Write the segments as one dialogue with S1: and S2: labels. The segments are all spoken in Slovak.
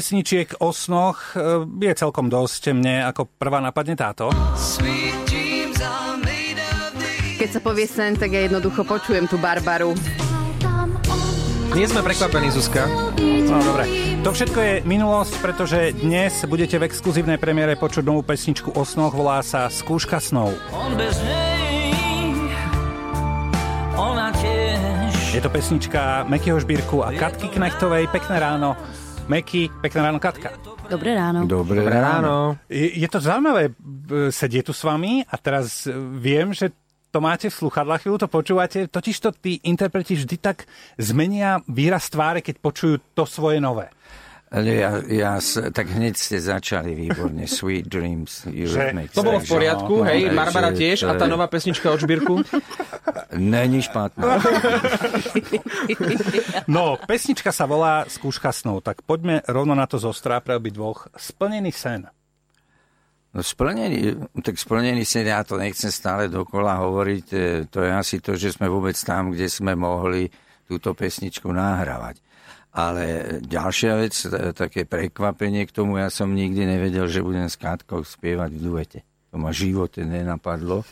S1: Pesničiek o snoch e, je celkom dosť. Mne ako prvá napadne táto.
S2: Keď sa povie sen, tak ja jednoducho počujem tú Barbaru.
S3: Nie sme prekvapení, Zuzka.
S1: No dobre. To všetko je minulosť, pretože dnes budete v exkluzívnej premiére počuť novú pesničku o snoch, volá sa Skúška snov.
S4: On bez nej, ona tiež.
S1: Je to pesnička Mekyho Žbírku a Katky Knechtovej. Pekné ráno. Meky, pekné ráno Katka.
S5: Dobré ráno.
S3: Dobré ráno.
S1: Je, je to zaujímavé e, sedieť tu s vami a teraz e, viem, že to máte v sluchadlách, chvíľu to počúvate, totiž to tí interpreti vždy tak zmenia výraz tváre, keď počujú to svoje nové.
S6: Ale ja, ja, s- tak hneď ste začali výborne. Sweet dreams. You
S1: Že?
S6: make
S3: To bolo v
S6: sense.
S3: poriadku,
S6: No,
S3: hej,
S6: takže
S3: Barbara tiež a
S6: to
S3: tá
S6: je-
S3: nová pesnička od Žbírku.
S6: Není špatná.
S1: No, pesnička sa volá Skúška snov, tak poďme rovno na to zostra pre obi dvoch. Splnený sen.
S6: No splnený, tak splnený sen, ja to nechcem stále dokola hovoriť, e, to je asi to, že sme vôbec tam, kde sme mohli túto pesničku nahrávať. Ale e, ďalšia vec, e, také prekvapenie k tomu, ja som nikdy nevedel, že budem s Katkou spievať v duete. To ma v živote nenapadlo.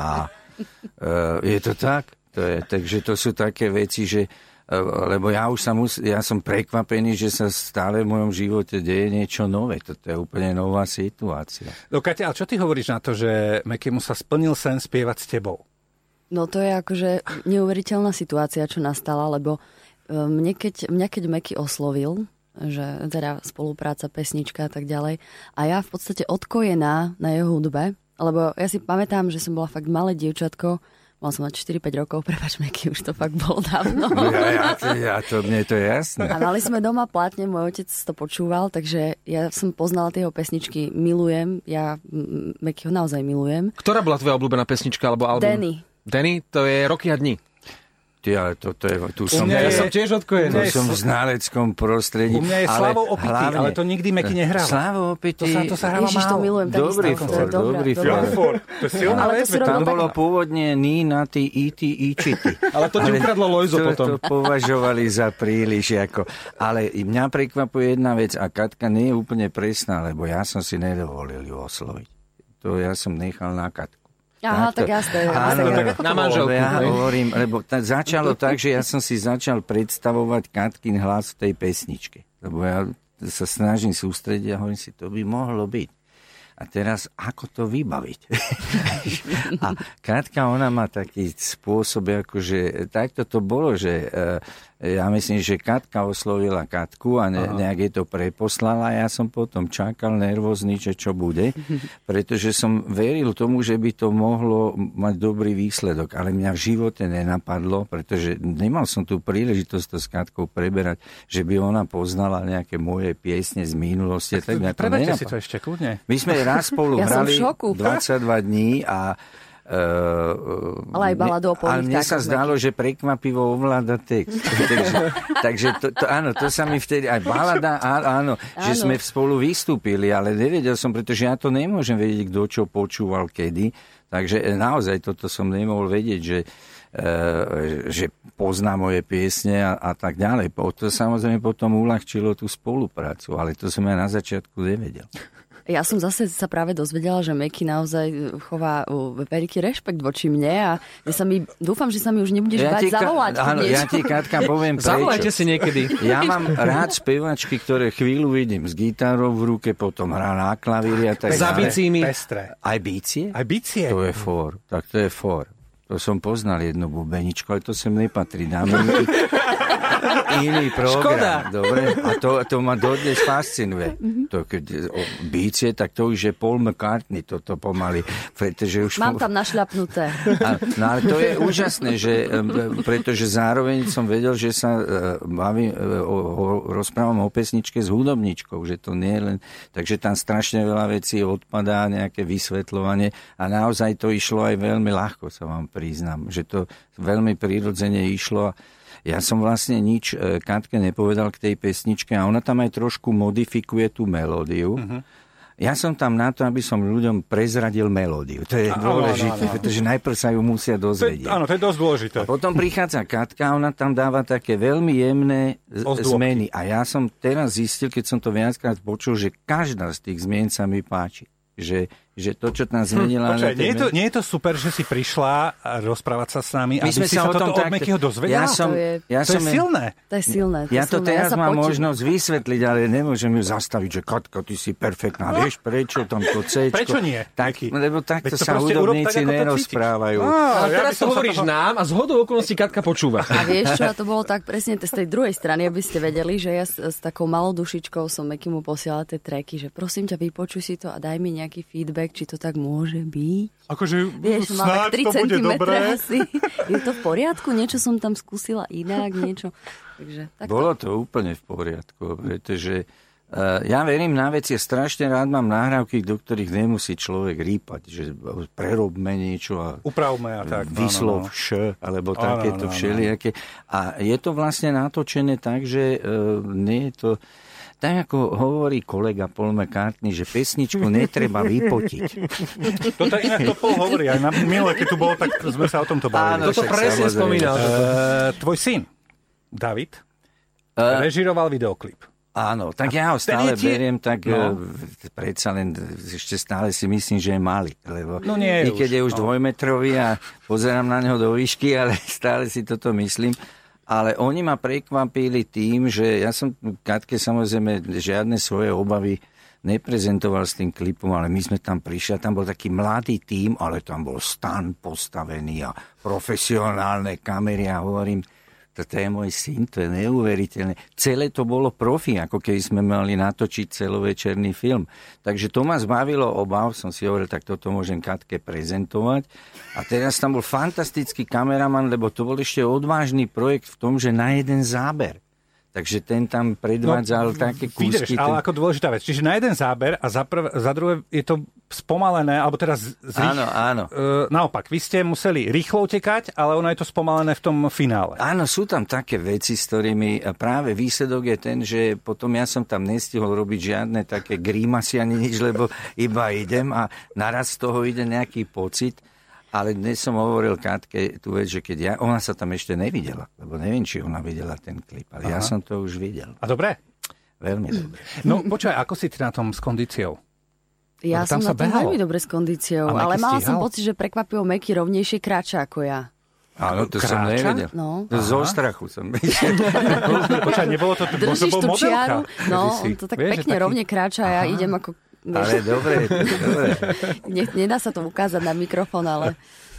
S6: A e, je to tak? To je, takže to sú také veci, že e, lebo ja už sa mus, ja som prekvapený, že sa stále v mojom živote deje niečo nové. Toto je úplne nová situácia.
S1: No, Katia, ale čo ty hovoríš na to, že Mekymu sa splnil sen spievať s tebou?
S5: No to je akože neuveriteľná situácia, čo nastala, lebo e, mne keď, mňa keď Meky oslovil, že teda spolupráca, pesnička a tak ďalej, a ja v podstate odkojená na jeho hudbe, lebo ja si pamätám, že som bola fakt malé dievčatko, mala som mať 4-5 rokov, prepač Meky, už to fakt bolo dávno.
S6: No Ja, ja, to, ja to, mne to je jasné.
S5: A mali sme doma platne, môj otec to počúval, takže ja som poznala tie jeho pesničky, milujem, ja mm, Mekyho naozaj milujem.
S3: Ktorá bola tvoja obľúbená pesnička alebo album?
S5: Danny.
S3: Danny, to je Roky a dni.
S6: Ty, ale to, to je, tu som,
S1: mňa
S3: Ja
S1: je-
S3: som tiež
S1: mňa
S3: odkojený.
S1: je
S6: tu som v znaleckom prostredí.
S1: U mňa je
S6: ale
S1: Slavo opitý,
S6: hlavne-
S1: ale to nikdy Meky nehral. To
S6: Slavo opitý.
S1: sa, to sa hráva
S5: Ježiš, to
S1: málo.
S5: milujem, takisto.
S6: Dobrý
S5: to je
S6: for,
S5: dobrá,
S6: dobrý
S5: dobrá.
S6: for.
S1: Fór, to je silná
S5: Ale
S1: vec.
S5: to si rovno
S6: Tam
S5: tak-
S6: bolo pôvodne ní na tí iti ičity.
S3: Ale to ti ukradlo Lojzo
S6: to,
S3: potom.
S6: To považovali za príliš. Ako. Ale i mňa prekvapuje jedna vec a Katka nie je úplne presná, lebo ja som si nedovolil ju osloviť. To ja som nechal na Katku.
S5: Aha, tak
S6: Takto.
S5: jasné,
S6: Áno,
S5: jasné.
S6: lebo-
S3: Na
S6: lebo
S3: manželku,
S6: Ja
S3: hej?
S6: hovorím, lebo ta, začalo tak, že ja som si začal predstavovať Katkin hlas v tej pesničke. Lebo ja sa snažím sústrediť a hovorím si, to by mohlo byť. A teraz, ako to vybaviť? a Katka, ona má taký spôsob, akože takto to bolo, že e, ja myslím, že Katka oslovila Katku a ne, nejak jej to preposlala a ja som potom čakal nervózny, že čo bude, pretože som veril tomu, že by to mohlo mať dobrý výsledok, ale mňa v živote nenapadlo, pretože nemal som tú príležitosť to s Katkou preberať, že by ona poznala nejaké moje piesne z minulosti. Tak, mňa to
S1: Preberte si
S6: nenapadlo.
S1: to ešte, kľudne.
S6: My sme raz spolu
S5: Ja som
S6: hrali
S5: v šoku.
S6: 22 dní a Uh,
S5: Ale aj baladu o
S6: Ale
S5: polných
S6: mne sa
S5: vtákoch
S6: zdalo, že prekvapivo ovláda text. takže takže to, to, áno, to sa mi vtedy... Aj balada, á- áno, áno, že
S5: Áno.
S6: sme spolu vystúpili, ale nevedel som, pretože ja to nemôžem vedieť, kto čo počúval kedy. Takže e, naozaj toto som nemohol vedieť, že, e, že pozná moje piesne a, a tak ďalej. Po- To samozrejme potom uľahčilo tú spoluprácu, ale to som ja na začiatku nevedel.
S5: Ja som zase sa práve dozvedela, že Meky naozaj chová uh, veľký rešpekt voči mne a že sa mi, dúfam, že sa mi už nebudeš bať
S6: Ka-
S5: zavolať. keď
S6: áno, ja
S5: niečo-
S6: ti Katka poviem prečo.
S3: Zavolajte si niekedy.
S6: Ja mám rád spevačky, ktoré chvíľu vidím s gitárou v ruke, potom hrá na klavíri a tak ďalej.
S3: Za bicí- Bicími.
S1: Pestré.
S6: Aj bicie?
S1: Aj bicie.
S6: To je for. Tak to je for. To som poznal jednu bubeničku, ale to sem nepatrí. Dáme im iný program.
S3: Škoda.
S6: Dobre? A to, to ma dodnes fascinuje. To keď je o bicie, tak to už je Paul McCartney toto pomaly. Pretože už
S5: Mám tam našľapnuté.
S6: a, no ale to je úžasné, že, em, pretože zároveň som vedel, že sa e, bavím, e, o, o, rozprávam o pesničke s hudobničkou, že to nie je len... Takže tam strašne veľa vecí odpadá, nejaké vysvetľovanie a naozaj to išlo aj veľmi ľahko, sa vám priznám, že to veľmi prirodzene išlo a ja som vlastne nič e,
S1: Mhm.
S6: Katke nepovedal k tej pesničke a ona tam aj trošku modifikuje tú melódiu. Uh-huh. Ja som tam na to, aby som ľuďom prezradil melódiu. To je
S1: Áno, áno,
S6: dôležité,
S1: áno.
S6: pretože najprv sa ju musia
S1: To je,
S6: dozvedieť.
S1: áno, to je dosť dôležité.
S6: A potom prichádza Katka, ona tam dáva také veľmi jemné z-
S1: Ozdôbky.
S6: zmeny. A ja som teraz zistil, keď som to viackrát počul, že každá z tých zmien sa mi páči. Že, že to, čo tam zmenila...
S1: Hm,
S6: na
S1: Počkaj,
S6: tej
S1: nie, je to,
S6: mene-
S1: nie je to super, že si prišla a rozprávať sa s nami,
S6: My
S1: aby si sa toto od
S6: takto-
S1: Mekyho dozvedela?
S6: Ja som,
S5: To je-
S6: ja
S1: to
S6: som
S1: je silné.
S5: To je silné. To
S6: Ja
S5: je
S6: to
S5: silné.
S6: teraz
S5: ja sa
S6: mám
S5: potím-
S6: možnosť vysvetliť, ale nemôžem ju zastaviť, že Katka, ty si perfektná. Vieš, prečo tam to C?
S1: Prečo nie,
S6: Tak,
S1: Miky?
S6: lebo
S1: Veď
S6: takto
S1: to
S6: sa
S1: proste urob tak,
S6: hudobníci
S1: ako to cítiš.
S6: nerozprávajú.
S3: Ale
S1: ja by
S3: teraz
S1: som
S3: to
S1: sa
S3: hovoríš
S1: toho-
S3: nám a z hodou okolností Katka počúva.
S5: A vieš čo, a to bolo tak presne t- z tej druhej strany, aby ste vedeli, že ja s, s takou malou dušičkou som Mekimu posielala tie treky, že prosím ťa, vypočuj si to a daj mi nejaký feedback, či to tak môže byť.
S1: Akože
S5: Vieš, mám
S1: snáď
S5: tak 3
S1: to bude
S5: cm
S1: dobré.
S5: asi. Je to v poriadku? Niečo som tam skúsila inak, niečo. Takže tak
S6: Bolo to úplne v poriadku, pretože eh, ja verím na veci, strašne rád mám nahrávky, do ktorých nemusí človek rýpať, že prerobme niečo a
S1: Upravme a tak. no, no,
S6: vyslov
S1: no.
S6: š, alebo
S1: Áno,
S6: takéto
S1: áno, áno.
S6: všelijaké. A je to vlastne natočené tak, že e, nie je to... Tak ako hovorí kolega Paul McCartney, že pesničku netreba vypotiť.
S1: To tak inak to Paul hovorí. Aj na minule, keď tu bol, tak sme sa o tomto bavili.
S6: Áno.
S3: Toto
S6: však
S3: presne
S6: samozrejme.
S3: spomínal.
S1: Eh, tvoj syn, David,
S6: Eh.
S1: režiroval videoklip.
S6: Áno, tak ja ho stále
S1: je tie-
S6: beriem, tak
S1: No.
S6: no. predsa len ešte stále si myslím, že je malý. Lebo
S1: No nie je
S6: I keď
S1: už,
S6: je už dvojmetrový a pozerám na neho do výšky, ale stále si toto myslím. Ale oni ma prekvapili tým, že ja som Katke samozrejme žiadne svoje obavy neprezentoval s tým klipom, ale my sme tam prišli a tam bol taký mladý tím, ale tam bol stan postavený a profesionálne kamery a hovorím, toto je môj syn, to je neuveriteľné. Celé to bolo profi, ako keby sme mali natočiť celovečerný film. Takže to ma zbavilo obav, som si hovoril, tak toto môžem Katke prezentovať. A teraz tam bol fantastický kameraman, lebo to bol ešte odvážny projekt v tom, že na jeden záber. Takže ten tam predvádzal také
S1: No, Vidíš,
S6: kúsky.
S1: ale ako dôležitá vec. Čiže na jeden záber a za, prv, za druhé je to spomalené, alebo teraz z, z
S6: Áno, áno.
S1: Eh, naopak, vy ste museli rýchlo utekať, ale ono je to spomalené v tom finále.
S6: Áno, sú tam také veci, s ktorými a práve výsledok je ten, že potom ja som tam nestihol robiť žiadne také grímasy ani nič, lebo iba idem a naraz z toho ide nejaký pocit. Ale dnes som hovoril Katke tú vec, že keď ja, ona sa tam ešte nevidela, lebo neviem, či ona videla ten klip, ale Aha. ja som to už videl.
S1: A dobre?
S6: Veľmi dobre.
S1: No počkaj, ako si ty na tom s kondíciou?
S5: Ja
S1: Lebo tam sa
S5: som na tom
S1: behalo.
S5: veľmi dobre s kondíciou,
S1: A Meky
S5: ale mala som
S1: stíhal?
S5: pocit, že prekvapil Meky rovnejšie kráča ako ja.
S6: Áno, to som
S1: Kráča?
S6: nevedel.
S5: No.
S6: Zo strachu som videl.
S1: Počkaj, nebolo to...
S5: Držíš
S1: to
S5: tú
S1: bol modelka.
S5: čiaru, no,
S1: Ty si-
S5: on to tak
S1: vieš, že
S5: pekne
S1: taký-
S5: rovne kráča a ja idem ako...
S6: Ale dobre, dobre.
S5: Ne, nedá sa to ukázať na mikrofon, ale...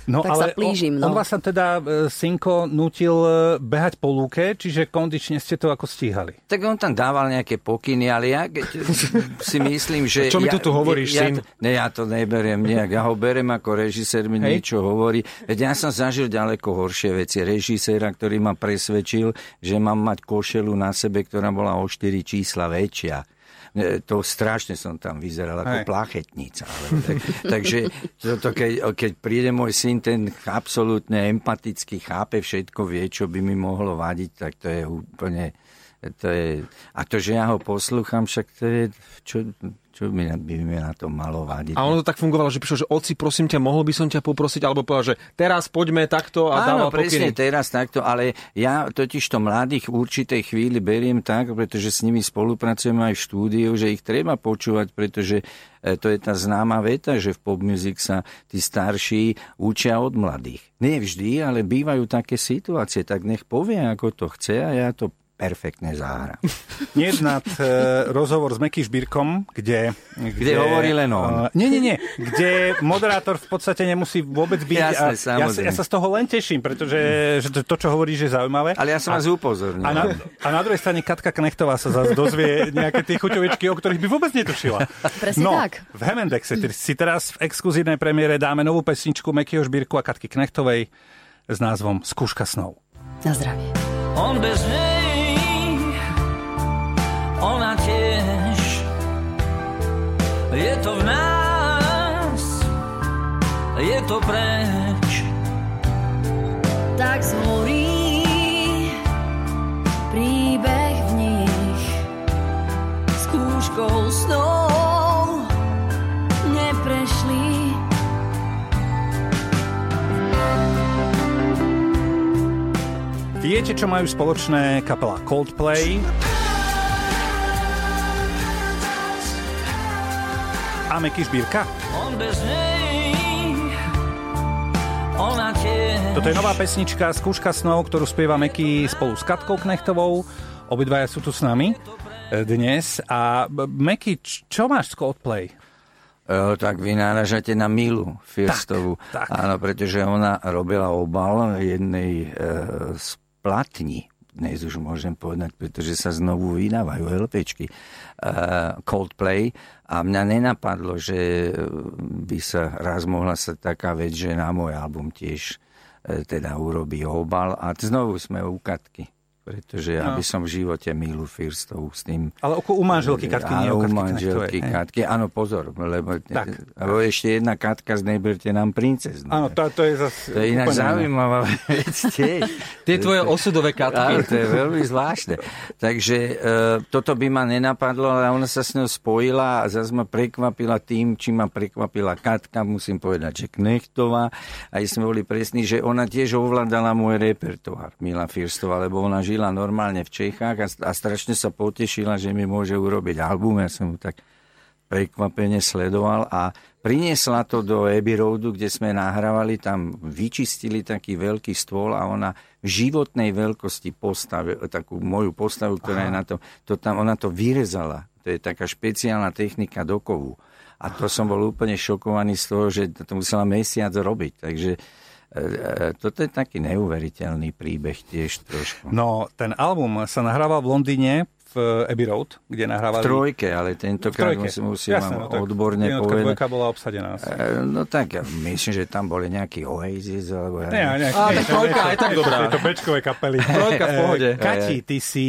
S1: No,
S5: tak sa
S1: on,
S5: plížim, no.
S1: on vás sa teda, e, synko, nutil e, behať po lúke, čiže kondične ste to ako stíhali.
S6: Tak on tam dával nejaké pokyny, ale ja keď si myslím, že...
S3: Čo mi
S6: ja,
S3: tu tu hovoríš,
S6: ja,
S3: syn?
S6: Ne, ja to neberiem nejak. Ja ho berem ako režisér, mi
S1: Hej.
S6: niečo hovorí. Veď ja som zažil ďaleko horšie veci. Režiséra, ktorý ma presvedčil, že mám mať košelu na sebe, ktorá bola o 4 čísla väčšia. E, To strašne som tam vyzeral
S1: Hej.
S6: ako plachetnica. alebo Tak, takže toto, keď, keď príde môj syn, ten absolútne empaticky chápe všetko, vie, čo by mi mohlo vadiť, tak to je úplne... To je, a to, že ja ho poslúcham, však to je... Čo, čo by, na- by mi na to malo vadiť?
S3: A ono to tak fungovalo, že prišiel, že oci, prosím ťa, mohol by som ťa poprosiť, alebo povedal, že teraz poďme takto a
S6: Áno,
S3: dával
S6: presne
S3: pokyny.
S6: teraz takto, ale ja totiž to mladých v určitej chvíli beriem tak, pretože s nimi spolupracujem aj v štúdiu, že ich treba počúvať, pretože e, to je tá známa veta, že v pop music sa tí starší učia od mladých. Nie vždy, ale bývajú také situácie, tak nech povie, ako to chce a ja to perfektne zahrám.
S1: Dnes nad e, rozhovor s Meky Šbírkom, kde... Kde,
S6: hovorí len
S1: e,
S6: on.
S1: nie, nie, nie. Kde moderátor v podstate nemusí vôbec byť. a ja,
S6: Jasné,
S1: sa, ja
S6: samozrejme.
S1: sa z toho len teším, pretože že to, to, čo hovoríš, je zaujímavé.
S6: Ale ja som vás upozornil.
S1: A na, a na druhej strane Katka Knechtová sa zase dozvie nejaké tie chuťovičky, o ktorých by vôbec netušila.
S5: Presne
S1: no,
S5: tak.
S1: v Hemendexe ty- si teraz v exkluzívnej premiére dáme novú pesničku Mekyho Žbírku a Katky Knechtovej s názvom Skúška snov.
S5: Na zdravie.
S4: On bez nej, ona tiež. Je to v nás, je to preč.
S5: Tak zhorí príbeh v nich Skúškou snou
S1: Viete, čo majú spoločné kapela Coldplay? A Meky Žbírka.
S4: On bez nej, ona tiež.
S1: Toto je nová pesnička Skúška snov, ktorú spieva Meky spolu s Katkou Knechtovou. Obidvaja sú tu s nami e, dnes. A b- Meky, č- čo máš z Coldplay?
S6: E, tak vy náražate na Milu Firstovú.
S1: Tak, tak.
S6: Áno, pretože ona robila obal jednej e, z platní. Dnes už môžem povedať, pretože sa znovu vydávajú LPčky. E, Coldplay. A mňa nenapadlo, že e, by sa raz mohla sa taká vec, že na môj album tiež e, teda urobí obal. A znovu sme u Katky.
S1: No.
S6: Pretože ja by som v živote Milu Firstovú s tým
S1: Ale oko- u manželky Katky, nie u
S6: Áno, u
S1: Katky
S6: manželky
S1: Knechtovej.
S6: Katky. Áno, pozor, lebo,
S1: Tak.
S6: lebo ešte jedna Katka z Neberte nám princeznu.
S1: Áno, to, to je zase...
S6: to je ináč zaujímavá vec tiež.
S3: Tie tvoje osudové
S6: Áno, to
S3: katky.
S6: je veľmi zvláštne. Takže e, toto by ma nenapadlo, ale ona sa s ňou spojila a zase ma prekvapila tým, či ma prekvapila Katka, musím povedať, že Knechtová. A sme boli presní, že ona tiež ovládala môj repertoár, Mila Firstová, lebo ona žila normálne v Čechách a, a strašne sa potešila, že mi môže urobiť album. Ja som mu tak prekvapene sledoval a priniesla to do Abbey Roadu, kde sme nahrávali, tam vyčistili taký veľký stôl a ona v životnej veľkosti postavil, eh, takú moju postavu, ktorá Aha. je na to, to tam, ona to vyrezala. To je taká špeciálna technika do kovu. A to som bol úplne šokovaný z toho, že to musela mesiac robiť. Takže e, e, toto je taký neuveriteľný príbeh tiež trošku.
S1: No, ten album sa nahrával v Londýne v eh, Abbey Road, kde nahrávali...
S6: V trojke, ale tentokrát musím, musím
S1: Jasné, no
S6: vám
S1: tak
S6: odborne
S1: jednotka,
S6: povedať.
S1: dvojka bola obsadená. asi.
S6: E, No tak, ja myslím, že tam boli nejaký Oasis, alebo ja
S1: Nie,
S6: neviem.
S1: nie,
S3: Á,
S1: nie,
S3: tak trojka je tak dobrá.
S1: Je to bečkové kapely.
S3: Trojka v pohode.
S1: Eh, Kati, ty si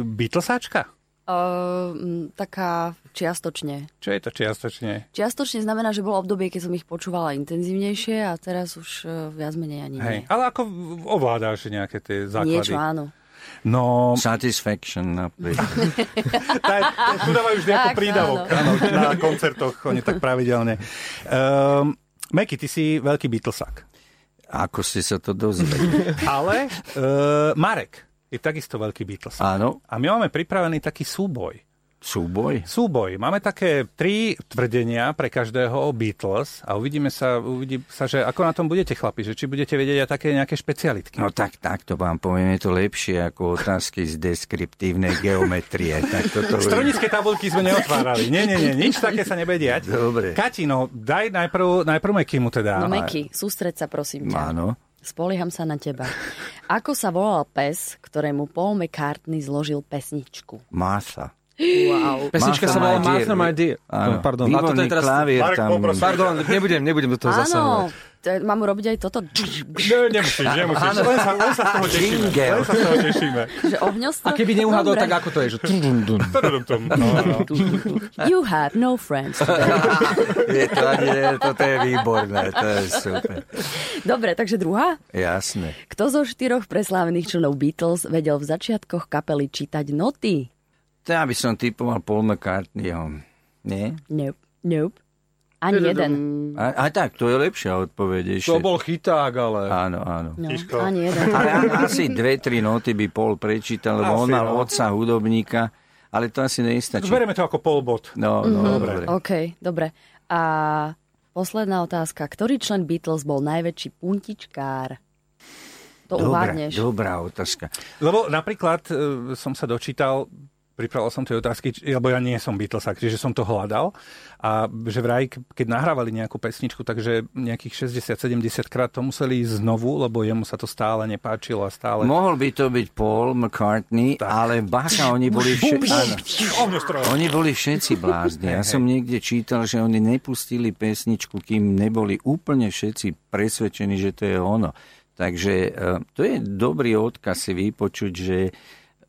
S1: Beatlesáčka?
S5: Uh, taká čiastočne.
S1: Čo je to čiastočne?
S5: Čiastočne znamená, že bolo obdobie, keď som ich počúvala intenzívnejšie a teraz už eh, viac menej ani
S1: Hej.
S5: nie.
S1: Ale ako ovládáš nejaké tie základy?
S5: Niečo, áno.
S1: No,
S6: Satisfaction napríklad.
S1: tá, tu dávajú vždy ako
S5: Tak,
S1: prídavok áno, na koncertoch, oni tak pravidelne. Um, Meky, ty si veľký Beatlesák.
S6: Ako ste sa to dozvedeli?
S1: Ale uh, Marek je takisto veľký Beatlesák.
S6: Áno,
S1: A my máme pripravený taký súboj.
S6: súboj.
S1: Súboj. Máme také tri tvrdenia pre každého o Beatles a uvidíme sa, uvidí sa, že ako na tom budete, chlapi, že či budete vedieť aj také nejaké špecialitky.
S6: No tak, tak to vám poviem, je to lepšie ako otázky z deskriptívnej geometrie. Tak toto
S1: Stronické tabulky sme neotvárali. Nie, nie, nie, nič také sa nebude diať.
S6: Dobre.
S1: Kati, no daj najprv, najprv Mekimu teda.
S5: No Meky, sústreď sa prosím ťa.
S6: Áno.
S5: Spolieham sa na teba. Ako sa volal pes, ktorému Paul McCartney zložil pesničku?
S6: Martha.
S5: Wow.
S3: Pesnička sa volá Master My Dear. No,
S6: Áno,
S3: Pardon. A toto
S6: výborný
S3: je teraz...
S6: klavier
S1: Marek,
S6: tam.
S1: poprosím.
S3: Pardon, nebudem, nebudem do toho
S5: Áno,
S3: zasahovať.
S5: t- mám urobiť aj toto,
S1: Ne, nemusíš, nemusíš.
S6: áno.
S1: Len sa, len sa z toho tešíme.
S6: Jingle.
S1: Len sa z toho tešíme.
S5: že ohňostro.
S3: A keby neuhadol,
S5: Dobre.
S3: tak ako to je? Že...
S1: Tadadum-tum. No, no.
S5: You have no friends.
S6: Je to, ani, toto je výborné, to je super.
S5: Dobre, takže druhá.
S6: Jasné.
S5: Kto zo štyroch preslávnych členov Beatles vedel v začiatkoch kapely čítať noty?
S6: To ja by som typoval Paul McCartneyho. Nie?
S5: Nope, nope. Ani jeden.
S6: A, a tak, to je lepšia odpoveď. ešte.
S3: To bol chyták, ale...
S6: Áno, áno.
S5: No,
S1: Tiško.
S5: ani jeden.
S6: Ale a- asi dve, tri noty by Paul prečítal, lebo
S1: Asi,
S6: on mal
S1: no.
S6: otca hudobníka, ale to asi neistačí.
S1: Berieme to ako polbod.
S6: No, no, dobre.
S5: OK, dobre. A posledná otázka. Ktorý člen Beatles bol najväčší puntičkár? To
S6: Dobrá,
S5: uvádneš.
S6: dobrá otázka.
S1: Lebo napríklad e, som sa dočítal, pripravil som tie otázky, či- lebo ja nie som Beatlesak, čiže som to hľadal. A že vraj, k- keď nahrávali nejakú pesničku, takže nejakých 60-70 krát to museli ísť znovu, lebo jemu sa to stále nepáčilo a stále...
S6: Mohol by to byť Paul McCartney, tak. ale bacha, oni boli, vše... áno, oni boli všetci blázni. Ja som niekde čítal, že oni nepustili pesničku, kým neboli úplne všetci presvedčení, že to je ono. Takže eh, to je dobrý odkaz si vypočuť, že eh,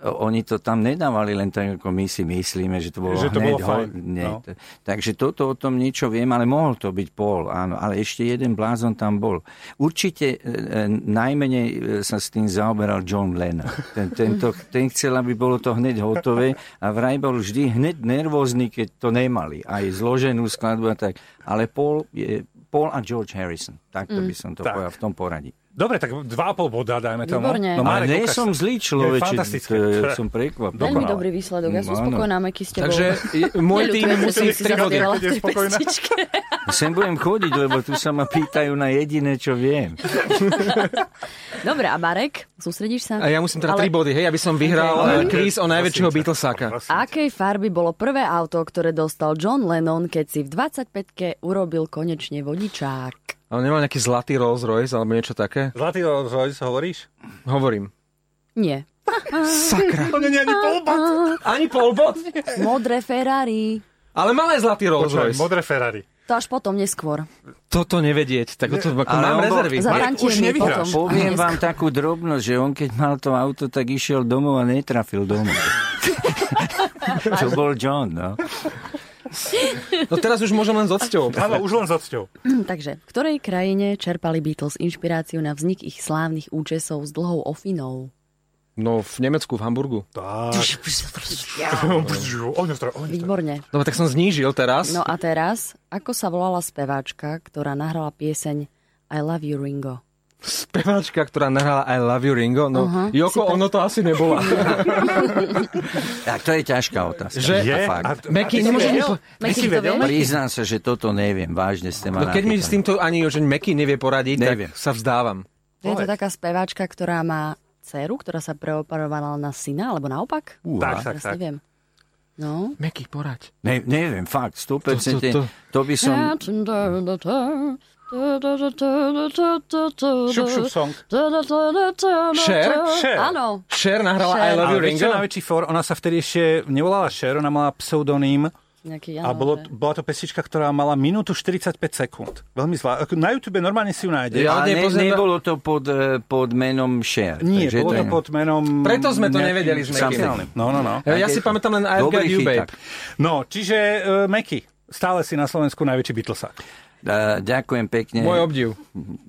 S6: oni to tam nedávali len tak, ako my si myslíme, že to bolo
S1: Že to
S6: hneď
S1: bolo fajn,
S6: ho- nie,
S1: no.
S6: to- Takže toto o tom niečo viem, ale mohol to byť Paul, áno. Ale ešte jeden blázon tam bol. Určite e, e, najmenej e, sa s tým zaoberal John Lennon. Ten, tento, ten chcel, aby bolo to hneď hotové a vraj bol vždy hneď nervózny, keď to nemali. Aj zloženú
S5: Mm.
S6: skladbu a tak. Ale Paul, je, Paul a George Harrison. Takto by som to
S1: Tak.
S6: povedal v tom poradí.
S1: Dobre, tak 2,5 boda dajme tomu.
S5: Výborne.
S1: No,
S6: Ale
S1: Marek,
S6: nie
S1: ukáž
S6: som
S1: sa.
S6: zlý
S1: To je
S6: človek,
S1: fantastické.
S6: som prekvapený. Mm,
S5: Veľmi dobrý výsledok, ja som
S6: Áno.
S5: spokojná, Meky s tebou.
S3: No, Takže i- môj
S5: Neľutujem,
S3: tým
S5: že som
S3: musí
S5: si
S3: 3 hodiny.
S5: zaspievala v
S1: Bude
S5: tej
S1: spokojná.
S5: pesničke.
S6: Sem budem chodiť, lebo tu sa ma pýtajú na jediné, čo viem.
S5: Dobre, a Marek, sústredíš sa?
S3: A ja musím teda 3
S5: Ale
S3: body, hej, aby som vyhral okay. kvíz o najväčšieho Beatlesáka.
S5: Akej farby bolo prvé auto, ktoré dostal John Lennon, keď si v 25-ke urobil konečne vodičák?
S3: Ale nemal nejaký zlatý Rolls Royce alebo niečo také?
S1: Zlatý Rolls Royce, hovoríš?
S3: Hovorím.
S5: Nie.
S1: To nie je ani polbat.
S3: Ani polbot?
S5: Modré Ferrari.
S3: Ale mal aj zlatý Rolls
S1: Počkaj,
S3: Royce.
S1: modré Ferrari.
S5: To až potom, neskôr.
S3: Toto nevedieť, tak to ako
S6: Ale on
S3: mám
S6: bol-
S3: rezervy.
S5: Za
S1: Marek, už
S5: tantiemy
S1: nevyhráš.
S5: potom.
S6: Poviem
S5: Neskôr.
S6: vám takú drobnosť, že on keď mal to auto, tak išiel domov a netrafil domov. to bol John, no.
S3: No teraz už môžem len s odsťou.
S1: Áno, už len s odsťou.
S5: Takže, v ktorej krajine čerpali Beatles inšpiráciu na vznik ich slávnych účesov s dlhou ofinou?
S3: No v Nemecku, v Hamburgu.
S1: Tak. Ohňostroj, ohňostroj.
S5: Výborne.
S3: Dobre, tak som znížil teraz.
S5: No a teraz, ako sa volala speváčka, ktorá nahrala pieseň I Love You Ringo?
S3: Speváčka, ktorá nahrala I Love You Ringo. No,
S5: Aha,
S3: Joko, ono to asi nebola.
S6: Tak to je ťažká otázka.
S3: Že-
S1: Je?
S6: A
S1: A,
S6: fakt.
S1: a ty si
S3: Meky, nemôžem
S1: vedel?
S3: mi po...
S1: Ty si
S5: Meky, to
S1: vedel?
S5: vieš?
S6: Priznám sa, že toto neviem. Vážne ste ma
S3: No keď mi
S6: napýtali.
S3: s týmto ani že Meky nevie poradiť,
S6: Neviem.
S3: tak sa vzdávam.
S5: Je to taká speváčka, ktorá má dceru, ktorá sa preoperovala na syna, alebo naopak?
S6: Uha.
S1: Tak, tak,
S5: Teraz
S1: tak.
S5: neviem. No.
S3: Meky, poraď.
S6: Ne, neviem, fakt, 100%. To, to,
S3: To- to-
S6: to. to by som...
S1: Šup, šup, song.
S3: Cher?
S1: Cher.
S5: Áno.
S3: Cher nahrala
S5: Cher.
S3: I
S1: Ale
S3: Love You
S1: vieš, čo
S3: Ringo.
S1: je najväčší for? Ona sa vtedy ešte nevolala Cher, ona mala pseudoným
S5: Nejaký,
S1: a
S5: áno,
S1: bolo,
S5: že-
S1: bola to pesnička, ktorá mala minútu 45 sekúnd. Veľmi zlá. Ako Na YouTube normálne si ju nájde.
S3: Ja
S6: Ja ale
S3: od nej
S6: ne,
S3: poznám-
S6: nebolo to pod, eh, pod menom Cher.
S1: Nie,
S6: takže
S1: bolo to
S6: je-
S1: pod menom...
S3: Preto sme to
S1: nejakým
S3: nevedeli s Mekym.
S1: špeciálnym. No, no, no.
S3: Ja si pamätám len I've Got
S6: Dobrý
S3: You,
S6: chyták.
S3: babe.
S1: No, čiže uh, Meky, stále si na Slovensku najväčší Beatlesák.
S6: Dá- Ďakujem pekne.
S3: Môj obdiv.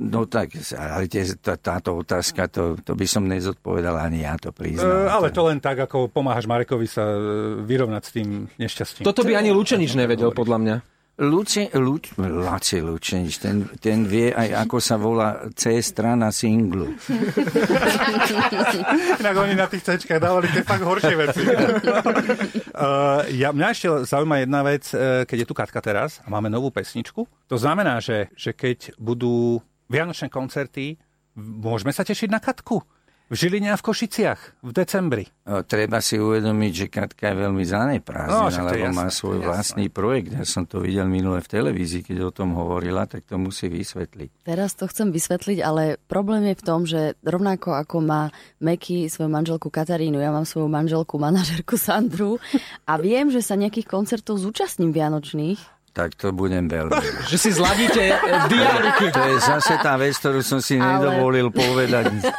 S6: No tak, ale tie, tá, táto otázka, to, to by som nezodpovedal ani ja, to
S1: Uh,
S6: priznám.
S1: ale to len tak, ako pomáhaš Marekovi sa eh, vyrovnať s tým nešťastím.
S3: Toto by ani Lučenič nevedel, podľa mňa.
S6: Luce, Luč, Laci Lučenič, ten, ten vie aj, ako sa volá C strana singlu. E,
S1: Inak oni na tých cečkách dávali tie fakt horšie veci. uh, ja, mňa ešte zaujíma jedna vec, eh, keď je tu Katka teraz a máme novú pesničku. To znamená, že, že keď budú vianočné koncerty, môžeme sa tešiť na Katku. V Žiline a v Košiciach v decembri.
S6: No, Treba si uvedomiť, že Katka je veľmi
S1: No,
S6: zaneprázdnená,
S1: však to je
S6: lebo
S1: jasné, to
S6: má
S1: je
S6: svoj
S1: jasné.
S6: vlastný projekt. Ja som to videl minule v televízii, keď o tom hovorila, tak to musí vysvetliť.
S5: Teraz to chcem vysvetliť, ale problém je v tom, že rovnako ako má Meky svoju manželku Katarínu, ja mám svoju manželku manažerku Sandru a viem, že sa nejakých koncertov zúčastním vianočných.
S6: Tak to budem veľmi.
S3: Že si zladíte eh, diariky.
S6: To je zase tá vec, ktorú som si
S5: Ale-
S6: nedovolil povedať.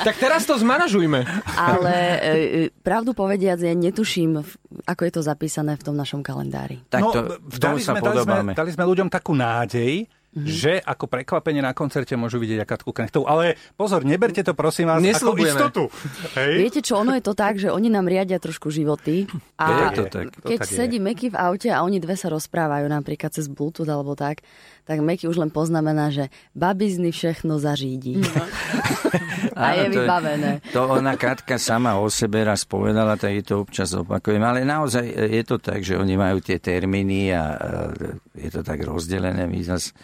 S3: Tak teraz to zmanažujme.
S5: Ale e, e, pravdu povediac, ja netuším, v- ako je to zapísané v tom našom kalendári.
S6: Tak to,
S1: b-
S6: v tom
S1: No, dali
S6: sa
S1: sme,
S6: podobáme.
S1: Dali
S6: Mhm.
S1: sme, dali sme ľuďom takú nádej, mm-hmm. že ako prekvapenie na koncerte môžu vidieť aj Katku Knechtov. Ale pozor, neberte to prosím vás ako
S3: Nesľubujeme.
S1: istotu. Hej?
S5: Viete čo, ono je to tak, že oni nám riadia trošku životy a
S6: Je to tak.
S1: To
S5: keď
S1: tak je.
S5: sedí Meky v aute a oni dve sa rozprávajú napríklad cez Bluetooth alebo tak, tak Meky už len poznamená, že babizny všechno zařídí.
S2: No.
S5: a
S6: Áno,
S5: je
S6: to
S5: vybavené.
S6: To ona Katka sama o sebe raz povedala, tak je to občas opakujem. Ale naozaj e, je to tak, že oni majú tie termíny a e, je to tak rozdelené. My zase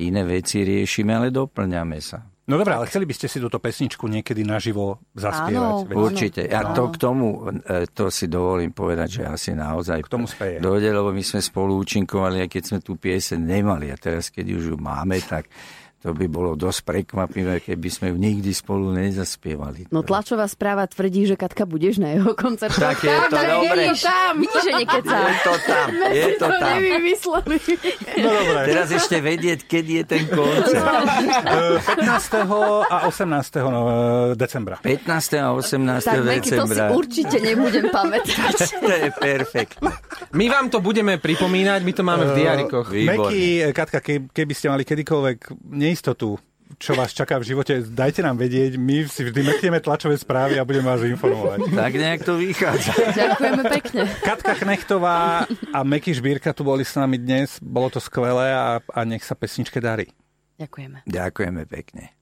S6: iné veci riešime, ale doplňame sa.
S1: No dobré, ale chceli by ste si túto pesničku niekedy naživo zaspievať.
S5: Áno.
S1: Veď
S6: Určite. A
S5: áno.
S6: to k tomu, e, to si dovolím povedať, že asi naozaj
S1: K tomu speje.
S6: dojde, lebo my sme spolu účinkovali, aj keď sme tú pieseň nemali. A teraz, keď už ju máme, tak to by bolo dosť prekvapivé, keby sme ju nikdy spolu nezaspievali.
S2: No tlačová správa tvrdí, že Katka budeš na jeho koncerte.
S6: Tak je to
S2: tak
S6: dobre.
S2: Je to tam.
S5: Vidíš, že nekecá.
S6: Je to tam, je to
S2: To
S6: tam.
S2: nevymysleli.
S1: No dobré.
S6: Teraz ešte vedieť, kedy je ten
S2: No.
S6: koncert.
S1: Eh, 15. a 18. No, eh, decembra.
S6: 15. a 18.
S2: Tak Meky, to si
S6: decembra.
S2: určite nebudem pamätať.
S6: To je perfektné.
S3: My vám to budeme pripomínať, my to máme v diarikoch.
S1: Meky, eh, Katka, ke- keby ste mali kedykoľvek neistotu, čo vás čaká v živote, dajte nám vedieť, my si vždy metieme tlačové správy a budeme vás informovať.
S6: Tak nejak to vychádza.
S5: Ďakujeme pekne.
S1: Katka Knechtová a Meky Žbírka tu boli s nami dnes. Bolo to skvelé a, a nech sa pesničke darí.
S5: Ďakujeme.
S6: Ďakujeme pekne.